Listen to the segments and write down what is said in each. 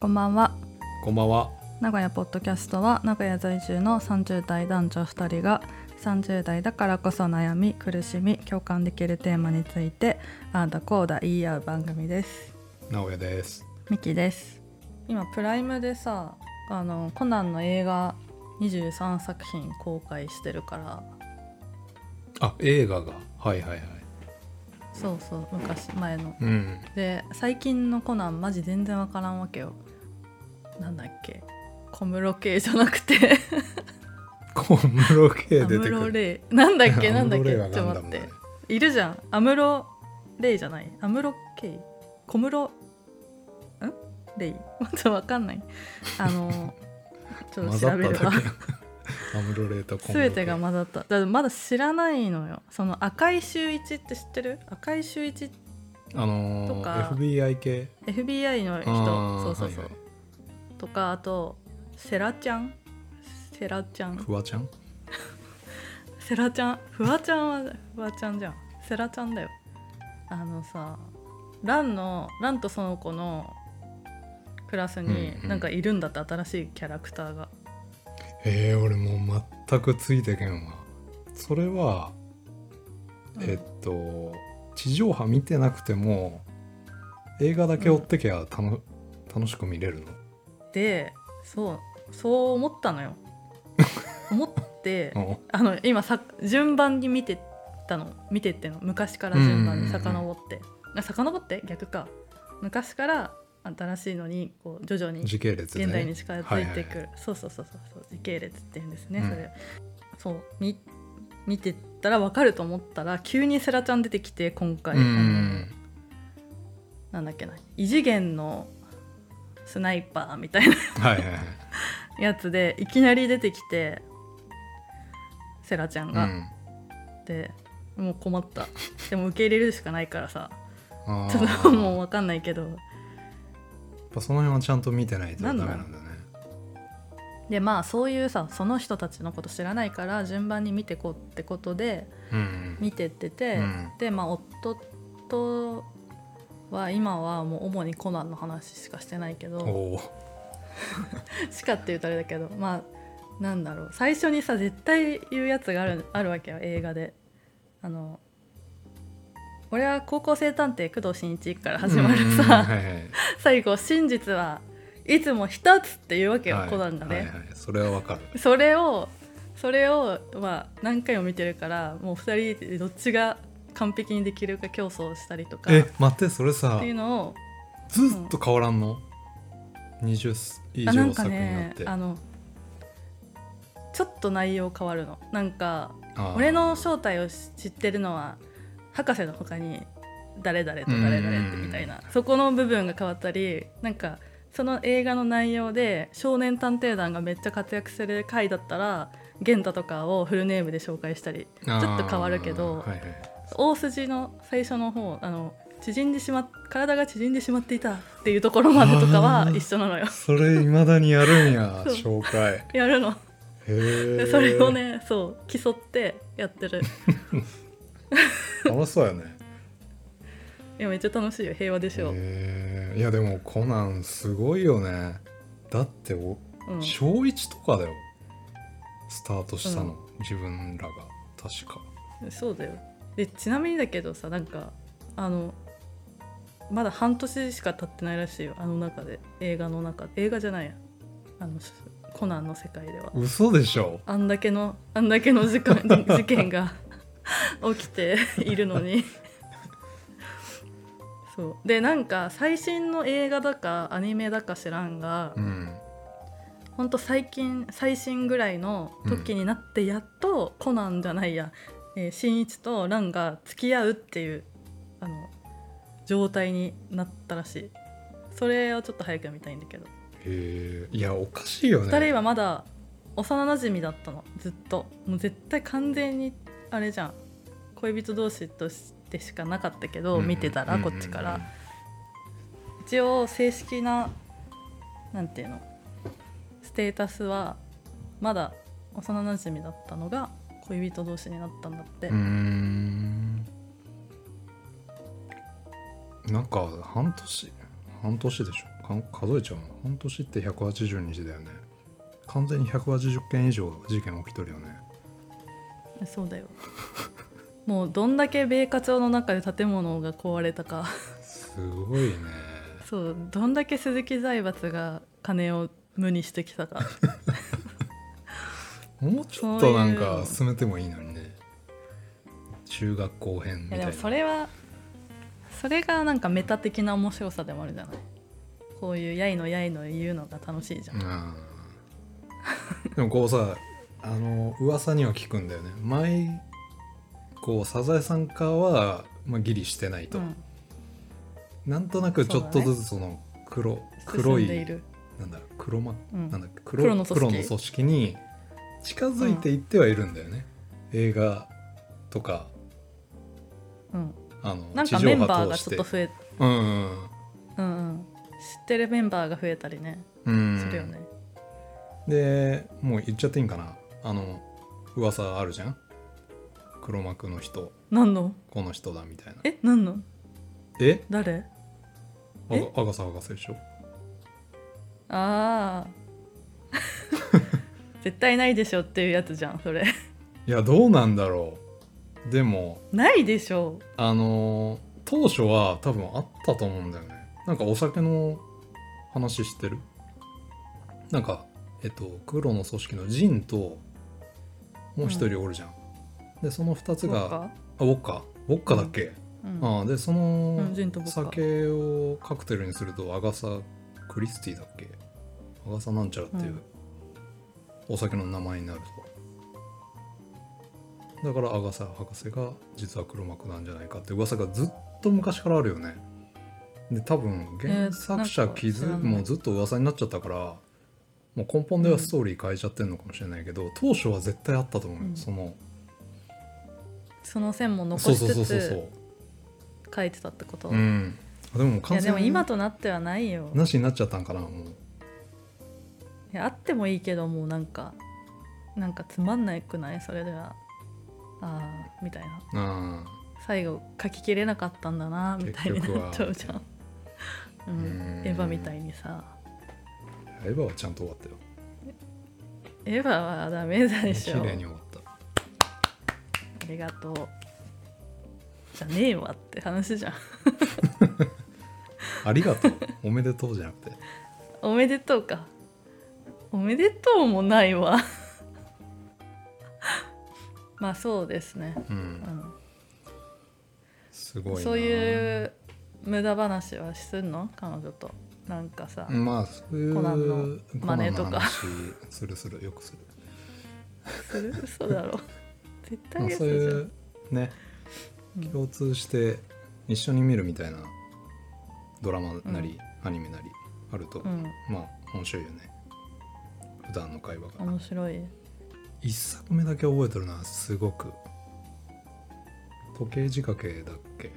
こんばんはこんばんは。名古屋ポッドキャストは名古屋在住の30代男女2人が30代だからこそ悩み苦しみ共感できるテーマについてあーだこうだ言い合う番組です直哉です。ミキです今プライムでさあのコナンの映画23作品公開してるからあ、映画が。はいはいはい。そうそう昔前のうん。で最近のコナンマジ全然わからんわけよなんだっけ小室圭じゃなくて小室圭出アてムくロる。レイなんだっ けアなんムだっロけレちイょはっとなんだ待っろうねているじゃんアムロレイじゃないアムロケイ小室んレイ まだわかんないあ のちょっと混調ざっべたるだわけ。 アムロレイと小室圭 全てが混ざっただからまだ知らないのよその赤い周一って知ってる赤い周一あのとー、か FBI 系 FBI の人あーそうそうそう、はいはとかあとセラちゃんセラちゃんフワちゃんセラちゃんフワちゃんはフワちゃんじゃんセラちゃんだよあのさランのランとその子のクラスにうんうんなんかいるんだって新しいキャラクターが、えー、俺もう全くついてけんわ。それは、うんえっと、地上波見てなくても、映画だけ追ってきゃ楽,、楽しく見れるでそうそう思った のよ思っての。あの今さ順番に見てたの見てっての昔から順番に遡って、あ遡って逆か昔から新しいのにこう徐々うにん時系列で、ね。現代に近づいてくる、はいはいはいそうそうそうそうそう時系列っていうんですね、うんそれそうみ見てったら分かると思ったら急にセラちゃん出てきて今回、うあのん。なんだっけな異次元のスナイパーみたいなはいはいはい。やつでいきなり出てきてセラちゃんうが、んでもう困ったでも受け入れるしかないからさあちょっーと もう分かんないけどやっぱその辺はちゃんと見てないとダメなんだねでまあそういうさその人たちのこと知らないから順番に見てこうってことでうん見てってて、うんでまあ夫とは今はもう主にコナンの話しかしてないけうんどおおしかって言うとあれだけどまあなんだろう最初にさ絶対言うやつがあるあるわけよ映画で。あの俺は高校生探偵工藤新一から始まるはさいはい最後「真実はいつも一つ」っていうわけよ、はいコナンがね。はいはいそれはわかるそれをそれをまあ何回も見てるからもう2人でどっちが完璧にできるか競争したりとかっえ待ってそれさていうのをずっと変わらんの20以あなん上か作品あっねてあのちょっと内容変わるのなんかあー俺の正体を知ってるのは博士の他に誰々と誰々ってみたいなそこの部分が変わったりなんかその映画の内容で少年探偵団がめっちゃ活躍する回だったら源太とかをフルネームで紹介したりあーちょっと変わるけどはいはい大筋の最初の方あの縮んでしまっ体が縮んでしまっていたっていうところまでとかはあー一緒なのよ それいまだにやるんやそ紹介やるのへでえそれをねそう競ってやってる楽しそうやねいやめっちゃ楽しいよ平和でしょ、へーいやでもコナンすごいよねだっておうん、小1とかだよスタートしたの自分らが確かそうだよでちなみにだけどさなんかあのまだ半年しか経ってないらしいよあの中で映画の中映画じゃないやあのしコナンの世界では嘘でしょあんだけのあんだけの時間事件が 起きているのにそうでなんか最新の映画だかアニメだか知らんが、うんほんと最近最新ぐらいの時になってやっとコナンじゃないや、えー、新一とランが付き合うっていうあの状態になったらしいそれをちょっと早く見たいんだけど、へえいやおかしいよね2人はまだ幼なじみだったのずっともう絶対完全にあれじゃん恋人同士としてしかなかったけど、見てたらこっちから、一応正式ななんていうのステータスはまだ幼なじみだったのが恋人同士になったんだって、うーんなんか半年半年でしょうかかん数えちゃうの半年って180日だよね完全に180件以上事件起きとるよねそうだよもうどんだけ米花町の中で建物が壊れたか すごいねそうどんだけ鈴木財閥が金を無にしてきたかもうちょっとなんか進めてもいいのにね中学校編 みいたやいでなもそれはそれがなんかメタ的な面白さでもあるじゃないこういうやいのやいの言うのが楽しいじゃん、あーでもこうさあの噂には聞くんだよね前こうサザエさん化は、まあ、ギリしてないと、うんなんとなくちょっとずつその黒黒進いんでいるなんだろう黒ま、うんなんだっけ黒黒の組織黒の組織に近づいていってはいるんだよね、映画とかうん、あのなんか地メ上ンバー波が通しちょってと増えうんうんうんうん、知ってるメンバーが増えたりねうん、うんするよね、でもう言っちゃっていいんかなあの噂あるじゃん黒幕の人何のこの人だみたいなえ何のえ誰あえアガサ博士でしょああ 絶対ないでしょっていうやつじゃんそれいやどうなんだろうでもないでしょあのー当初は多分あったと思うんだよねなんかお酒の話してるなんかえっと黒の組織のジンともう一人おるじゃん、でその2つがあかウォッカウォッカだっけ、うんああでそうんのジンとウォッカ酒をカクテルにするとアガサ・クリスティだっけアガサなんちゃらっていううんお酒の名前になるとだからアガサ博士が実は黒幕なんじゃないかって噂がずっと昔からあるよねで多分原作えー者なんか気づ、知らないもうずっと噂になっちゃったからもう根本ではストーリー変えちゃってるのかもしれないけど、当初は絶対あったと思うよ、うんそのその線も残そうしそうそつうそうそつう書いてたってことうんあでもい完やで全もに今となってはないよなしになっちゃったんかなもういやあってもいいけどもうなんかなんかつまんないくないそれではああみたいなあ最後書ききれなかったんだなみたいになっちゃうじゃん、うはんう、んエヴァみたいにさあエヴァはちゃんと終わったよエヴァはダメだでし綺ょ麗に終わったありがとうじゃねえわって話じゃん ありがとうおめでとうじゃなくておめでとうかおめでとうもないわ まあそうですね、ううんん、すごいなそういう無駄話はすんの彼女となんかさ、まあそういうコナンの真似とかコナンの話するするよくする、する 嘘だろ絶ま対あ、嘘そうじゃん、いうねうん共通して一緒に見るみたいなドラマなり、アニメなりあると、うんまあ面白いよね普段の会話が面白い一作目だけ覚えてるなすごく時計仕掛けだっけ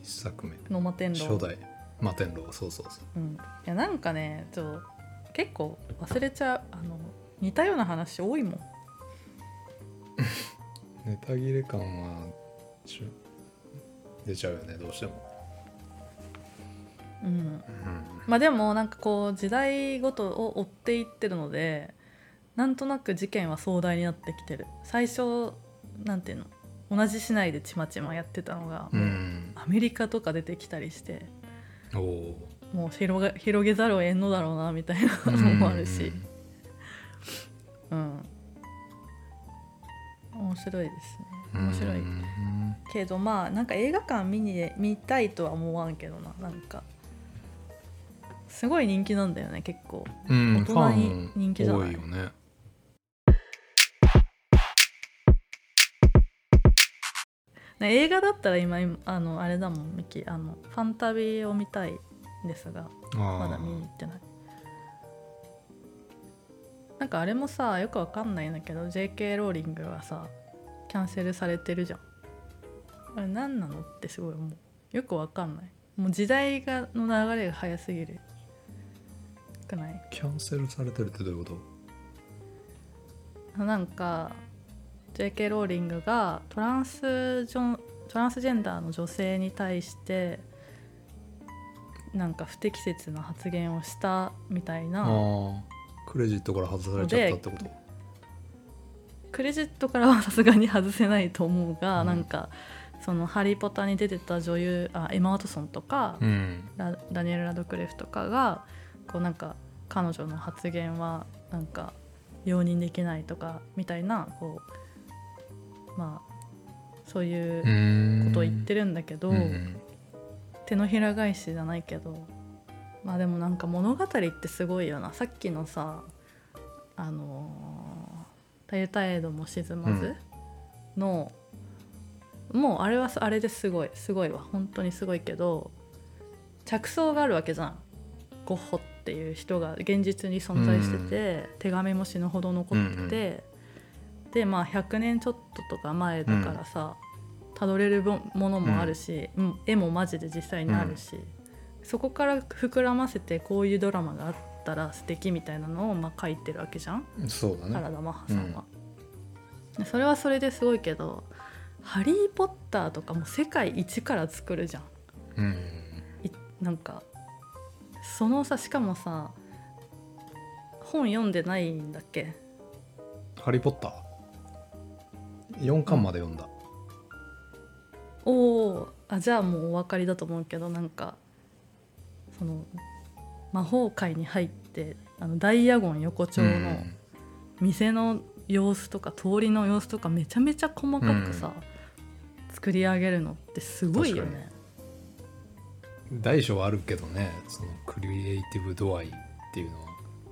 一作目ノマテンロ初代摩天楼そうそうそううん、いやなんかねちょ結構忘れちゃうあの似たような話多いもんネタ切れ感はちゅ出ちゃうよねどうしても、うん、うんまあでもなんかこう時代ごとを追っていってるのでなんとなく事件は壮大になってきてる最初なんていうの同じ市内でちまちまやってたのが、うん、アメリカとか出てきたりしておおもう広が広げざるを得んのだろうなみたいなのもあるし、うん、面白いですね面白い。うんけどまあなんか映画館見に見たいとは思わんけどななんかすごい人気なんだよね結構うん大人に人気じゃないファン多いよねね映画だったら今今あのあれだもんミキあのファンタビーを見たいですがあーまだ見に行ってないなんかあれもさよくわかんないんだけど JK ローリングはさキャンセルされてるじゃんあれ何なのってすごい思うよくわかんないもう時代がの流れが早すぎるくないキャンセルされてるってどういうことなんか JK ローリングがトランスジョントランスジェンダーの女性に対してなんか不適切な発言をしたみたいあなあクレジットから外されちゃったってことクレジットからはさすがに外せないと思うが、うんなんかその「ハリー・ポッター」に出てた女優あエマ・ワトソンとか、うんラダニエル・ラドクレフとかがこうなんか彼女の発言はなんか容認できないとかみたいなこうまあそういううーんことを言ってるんだけど、うん手のひら返しじゃないけどまあでもなんか物語ってすごいよなさっきのさあのーたゆたえども沈まず」の、もうあれはあれですごいすごいわ本当にすごいけど着想があるわけじゃんゴッホっていう人が現実に存在してて、手紙も死ぬほど残ってて、でまあ100年ちょっととか前だからさ、たどれるものもあるし、うん絵もマジで実際にあるし、そこから膨らませてこういうドラマがあったら素敵みたいなのをまあ書いてるわけじゃんそうだ原ね田マハさんは。でそれはそれですごいけど「ハリー・ポッター」とかも世界一から作るじゃん。うんいなんかそのさしかもさ本読んでないんだっけハリー・ポッター4巻まで読んだおーあじゃあもうお分かりだと思うけどなんかその魔法界に入ってあのダイヤゴン横丁うのん店の様子とか通りの様子とかめちゃめちゃ細かくさ、作り上げるのってすごいよね。大小はあるけどねそのクリエイティブ度合いっていうのは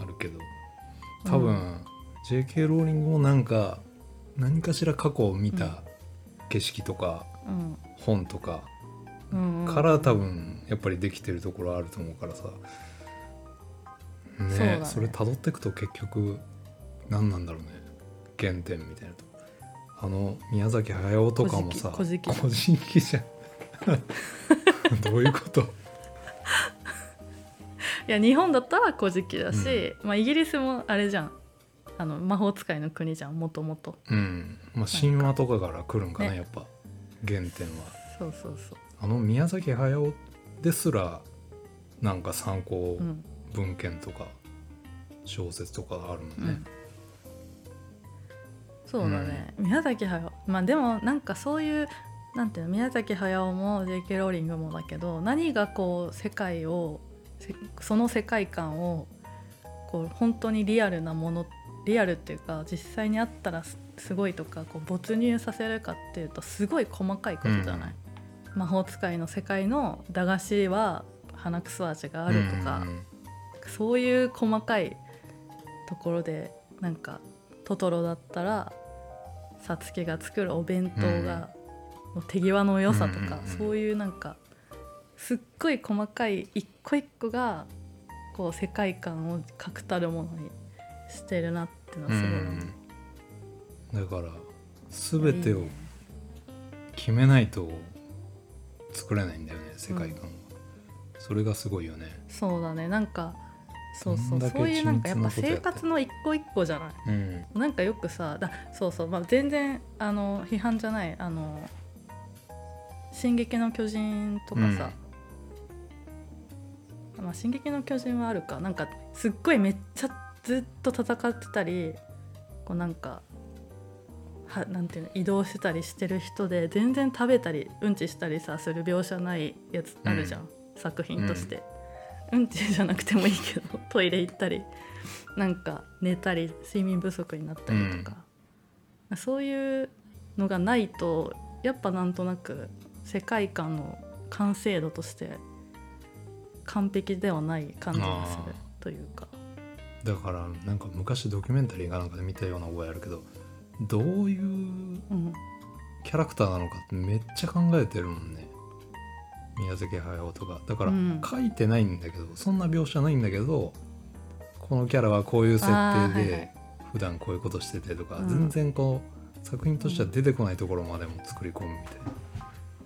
あるけど多分、うん JK ローリングもなんか何かしら過去を見た景色とかうん本とかうんうんから多分やっぱりできてるところあると思うからさ、ねそうそだねれ辿っていくと結局何なんだろうね原点みたいなとこあの宮崎駿とかもさ古事記古個人じゃん どういうこといや日本だったら「古事記」だし、まあ、イギリスもあれじゃんあの魔法使いの国じゃんもともとうんまあ神話とかから来るんかなねやっぱ原点はそうそうそうあの宮崎駿ですらなんか参考うん、文献とか小説とかあるのね、うん、そうだね、宮崎駿まあでもなんかそういうなんていうの宮崎駿も J.K. ローリングもだけど何がこう世界をせその世界観をこう本当にリアルなものリアルっていうか実際にあったらすすごいとかこう没入させるかっていうとすごい細かいことじゃない、魔法使いの世界の駄菓子は鼻くそ味があるとか、うんうんそういう細かいところでなんかトトロだったらさつきが作るお弁当が、もう手際の良さとか、うんうんうんそういうなんかすっごい細かい一個一個がこう世界観を確たるものにしてるなってのはすごい思う、だから全てを決めないと作れないんだよね世界観は、それがすごいよねそうだねなんかそうそどうんだけそういうなんかやっぱ緻密なことや生って活の一個一個じゃないうんなんかよくさだそうそう、まあ、全然あの批判じゃない「あの進撃の巨人」とかさ、まあ「進撃の巨人」はあるかなんかすっごいめっちゃずっと戦ってたりこうなんかはなんていうの移動してたりしてる人で全然食べたりうんちしたりさする描写ないやつあるじゃん、作品として、うん、ちじゃなくてもいいけどトイレ行ったりなんか寝たり睡眠不足になったりとか、そういうのがないとやっぱなんとなく世界観の完成度として完璧ではない感じがするあというか。だからなんか昔ドキュメンタリーかなんかで見たような覚えあるけどどういううんキャラクターなのかってめっちゃ考えてるもんね宮崎駿とかだからうん書いてないんだけど、そんな描写ないんだけどこのキャラはこういう設あー定はいはでい普段こういうことしててとか、うん全然こう作品としては出てこないところまでも作り込むみたいな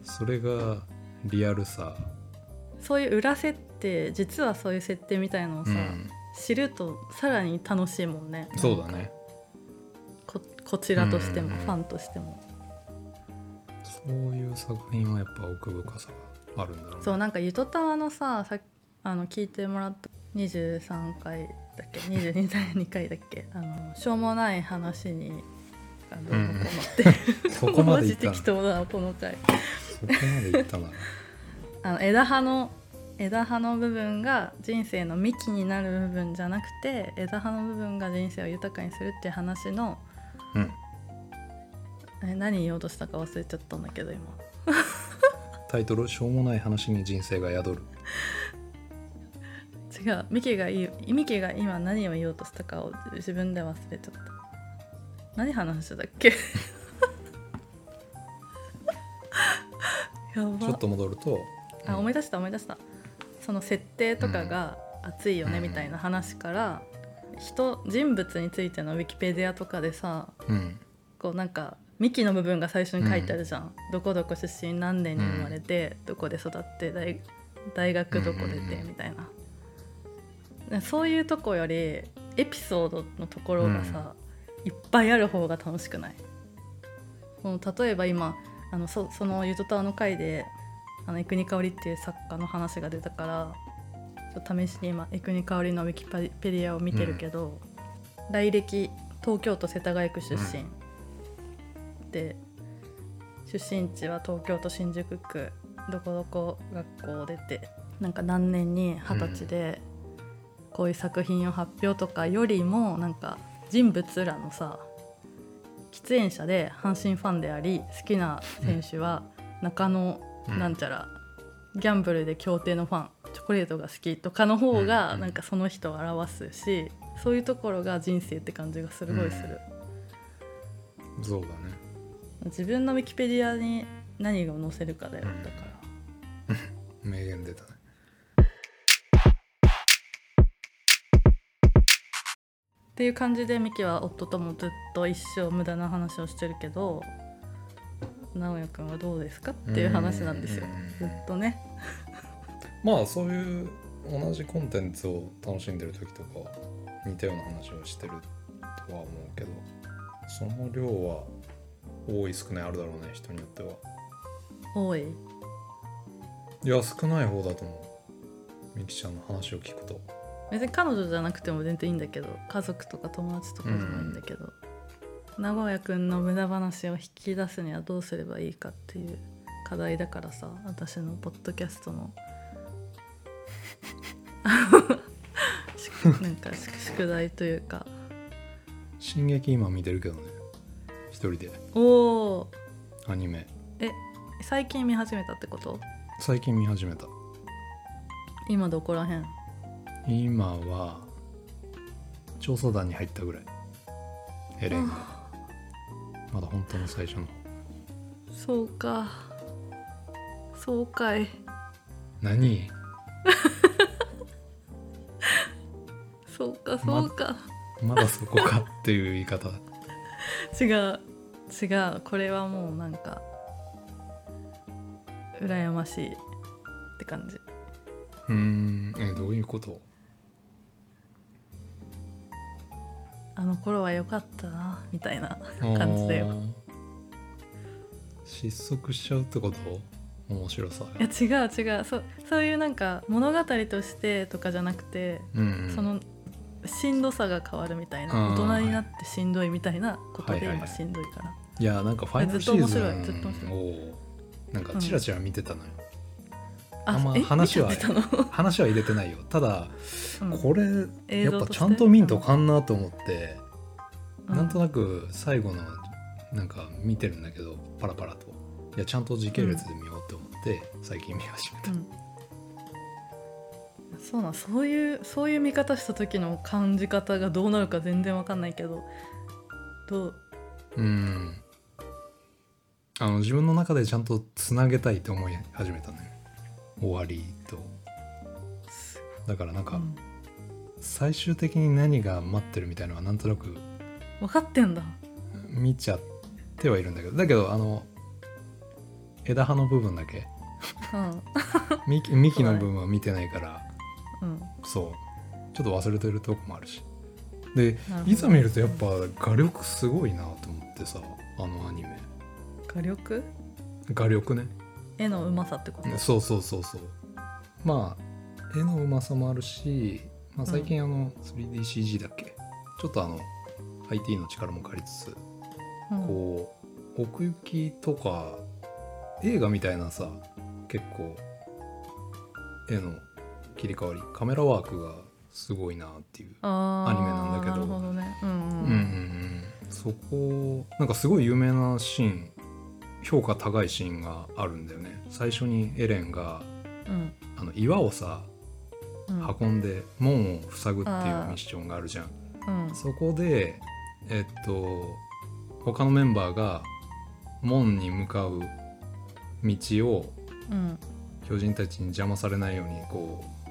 それがリアルさ、そういう裏設定実はそういう設定みたいのをうさ、ん、知るとさらに楽しいもんねそうだねここちらとしてもうんファンとしてもそういう作品はやっぱ奥深さがあるんだろうねそうなんか「ゆとたわ」のささあの聞いてもらった23回だっけ22回2回だっけあのしょうもない話にあのどうのこうのって、そ こまマでいジったな適そこ当だなこの回までいったなあの枝葉の枝葉の部分が人生の幹になる部分じゃなくて枝葉の部分が人生を豊かにするっていう話のうんえ何言おうとしたか忘れちゃったんだけど今タイトル「しょうもない話に人生が宿る違うミキがいいミキが今何を言おうとしたかを自分で忘れちゃった何話してたっけ や」ちょっばと戻るとあうん思い出した思い出したその設定とかが熱いよねうんみたいな話から、人人物についてのウィキペディアとかでさうんこうなんか幹の部分が最初に書いてあるじゃん、どこどこ出身何年に生まれて、どこで育って大大学どこ出うんうんてうんみたいな、でそういうとこよりエピソードのところがさ、いっぱいある方が楽しくないもう例えば今あのそその「ゆとたわ」の回であの江国香織っていう作家の話が出たからちょっと試しに今江国香織のウィキペディアを見てるけど、来歴東京都世田谷区出身、で出身地は東京都新宿区どこどこ学校を出てなんか何年に二十歳でこういう作品を発表とかよりもなんか人物らのさ喫煙者で阪神ファンであり好きな選手は中野うんなんちゃら、ギャンブルで競艇のファンチョコレートが好きとかの方うんがうんなんかその人を表すしそういうところが人生って感じがすごいする。そうだね自分のウィキペディアに何を載せるかだようんだから名言出たねっていう感じでミキは夫ともずっと一生無駄な話をしてるけど直哉くんはどうですかっていう話なんですようんうんうんずっとねまあそういう同じコンテンツを楽しんでる時とか似たような話をしてるとは思うけどその量は多い少ないあるだろうね人によっては多いいや少ない方だと思うみきちゃんの話を聞くと別に彼女じゃなくても全然いいんだけど家族とか友達とかでもいいんだけど、名古屋くんの無駄話を引き出すにはどうすればいいかっていう課題だからさ私のポッドキャスト のしなんか宿宿題というか「進撃」今見てるけどね一人でおおアニメえ最近見始めたってこと最近見始めた今どこらへん今は調査団に入ったぐらいエレンがまだ本当の最初の方そうかそうかい何そうかそうか、まだそこかっていう言 い方違う違うこれはもうなんか羨ましいって感じうーんえどういうことあの頃は良かったなみたいな感感じだよ失速しちゃうってこと面白さいや違う違うそそういうなんか物語としてとかじゃなくて、うんうんそのしんどさが変わるみたいあなー大人になってしんどいみたいなことはいではい今しんどいから、いやなんかファイナルシーズずっと面白いずっと面ン白をなんかチラチラ見てたのよ、あんまえ話は見ちゃってたの話は入れてないよただうんこれ映や像っとぱしてちゃんと見んとかんなと思って、うんなんとなく最後のなんか見てるんだけどパラパラといやちゃんと時系列で見ようと思って最近見始めた、うんそうなんそういうそういう見方した時の感じ方がどうなるか全然わかんないけどどううんあの自分の中でちゃんとつなげたいと思い始めたね終わりとだからなんうかん最終的に何が待ってるみたいのはなんとなく分かってんだ見ちゃってはいるんだけどだけどあの枝葉の部分だけ うん幹幹そうだのね部分は見てないからうんそうちょっと忘れてるとこもあるしでなるほどいざ見るとやっぱ画力すごいなと思ってさあのアニメ画力画力ね絵のうまさってことそうそうそうそうまあ絵のうまさもあるし、まあ、最近あの 3DCG だっけ、ちょっとあの IT の力も借りつつうんこう奥行きとか映画みたいなさ結構絵の切り替わりカメラワークがすごいなっていうあーアニメなんだけどなるほどねうんううんん、うんうんそこなんかすごい有名なシーン評価高いシーンがあるんだよね最初にエレンがうんあの岩をさうん運んで門を塞ぐっていうミあーッションがあるじゃんうんそこでえっと他のメンバーが門に向かう道をうん巨人たちに邪魔されないようにこう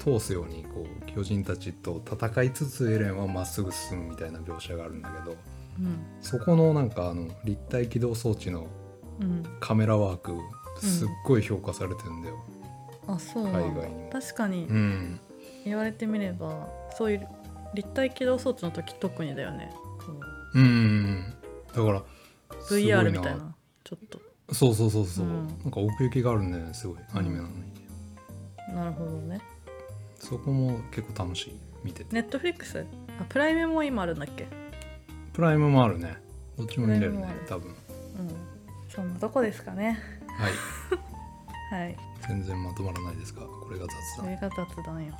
通すようにこう巨人たちと戦いつつエレンはまっすぐ進むみたいな描写があるんだけどうんそこのなんかあの立体起動装置のうんカメラワークすっごい評価されてんだよ、あそうなんだ海外にも確かにうん、言われてみればそういう立体起動装置の時特にだよねこううんうんうんだからすごい VR みたいなちょっとそうそうそうそう、うんなんか奥行きがあるんだよねすごいアニメなのに、なるほどねそこも結構楽しい見ててネットフリックスあプライムも今あるんだっけプライムもあるねどっちも見れるプライムもあねる多分うんそんなとこですかねはいはい全然まとまらないですがこれが雑それ談、が雑談よ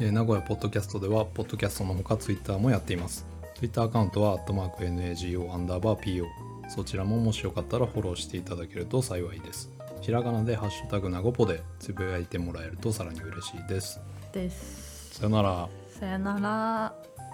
えー名古屋ポッドキャストではポッドキャストのほかツイッターもやっていますツイッターアカウントは「#NAGO アンダーバー PO」そちらももしよかったらフォローしていただけると幸いですひらがなで「ハッシュタグなごぽ」でつぶやいてもらえるとさらに嬉しいですですさよならさよなら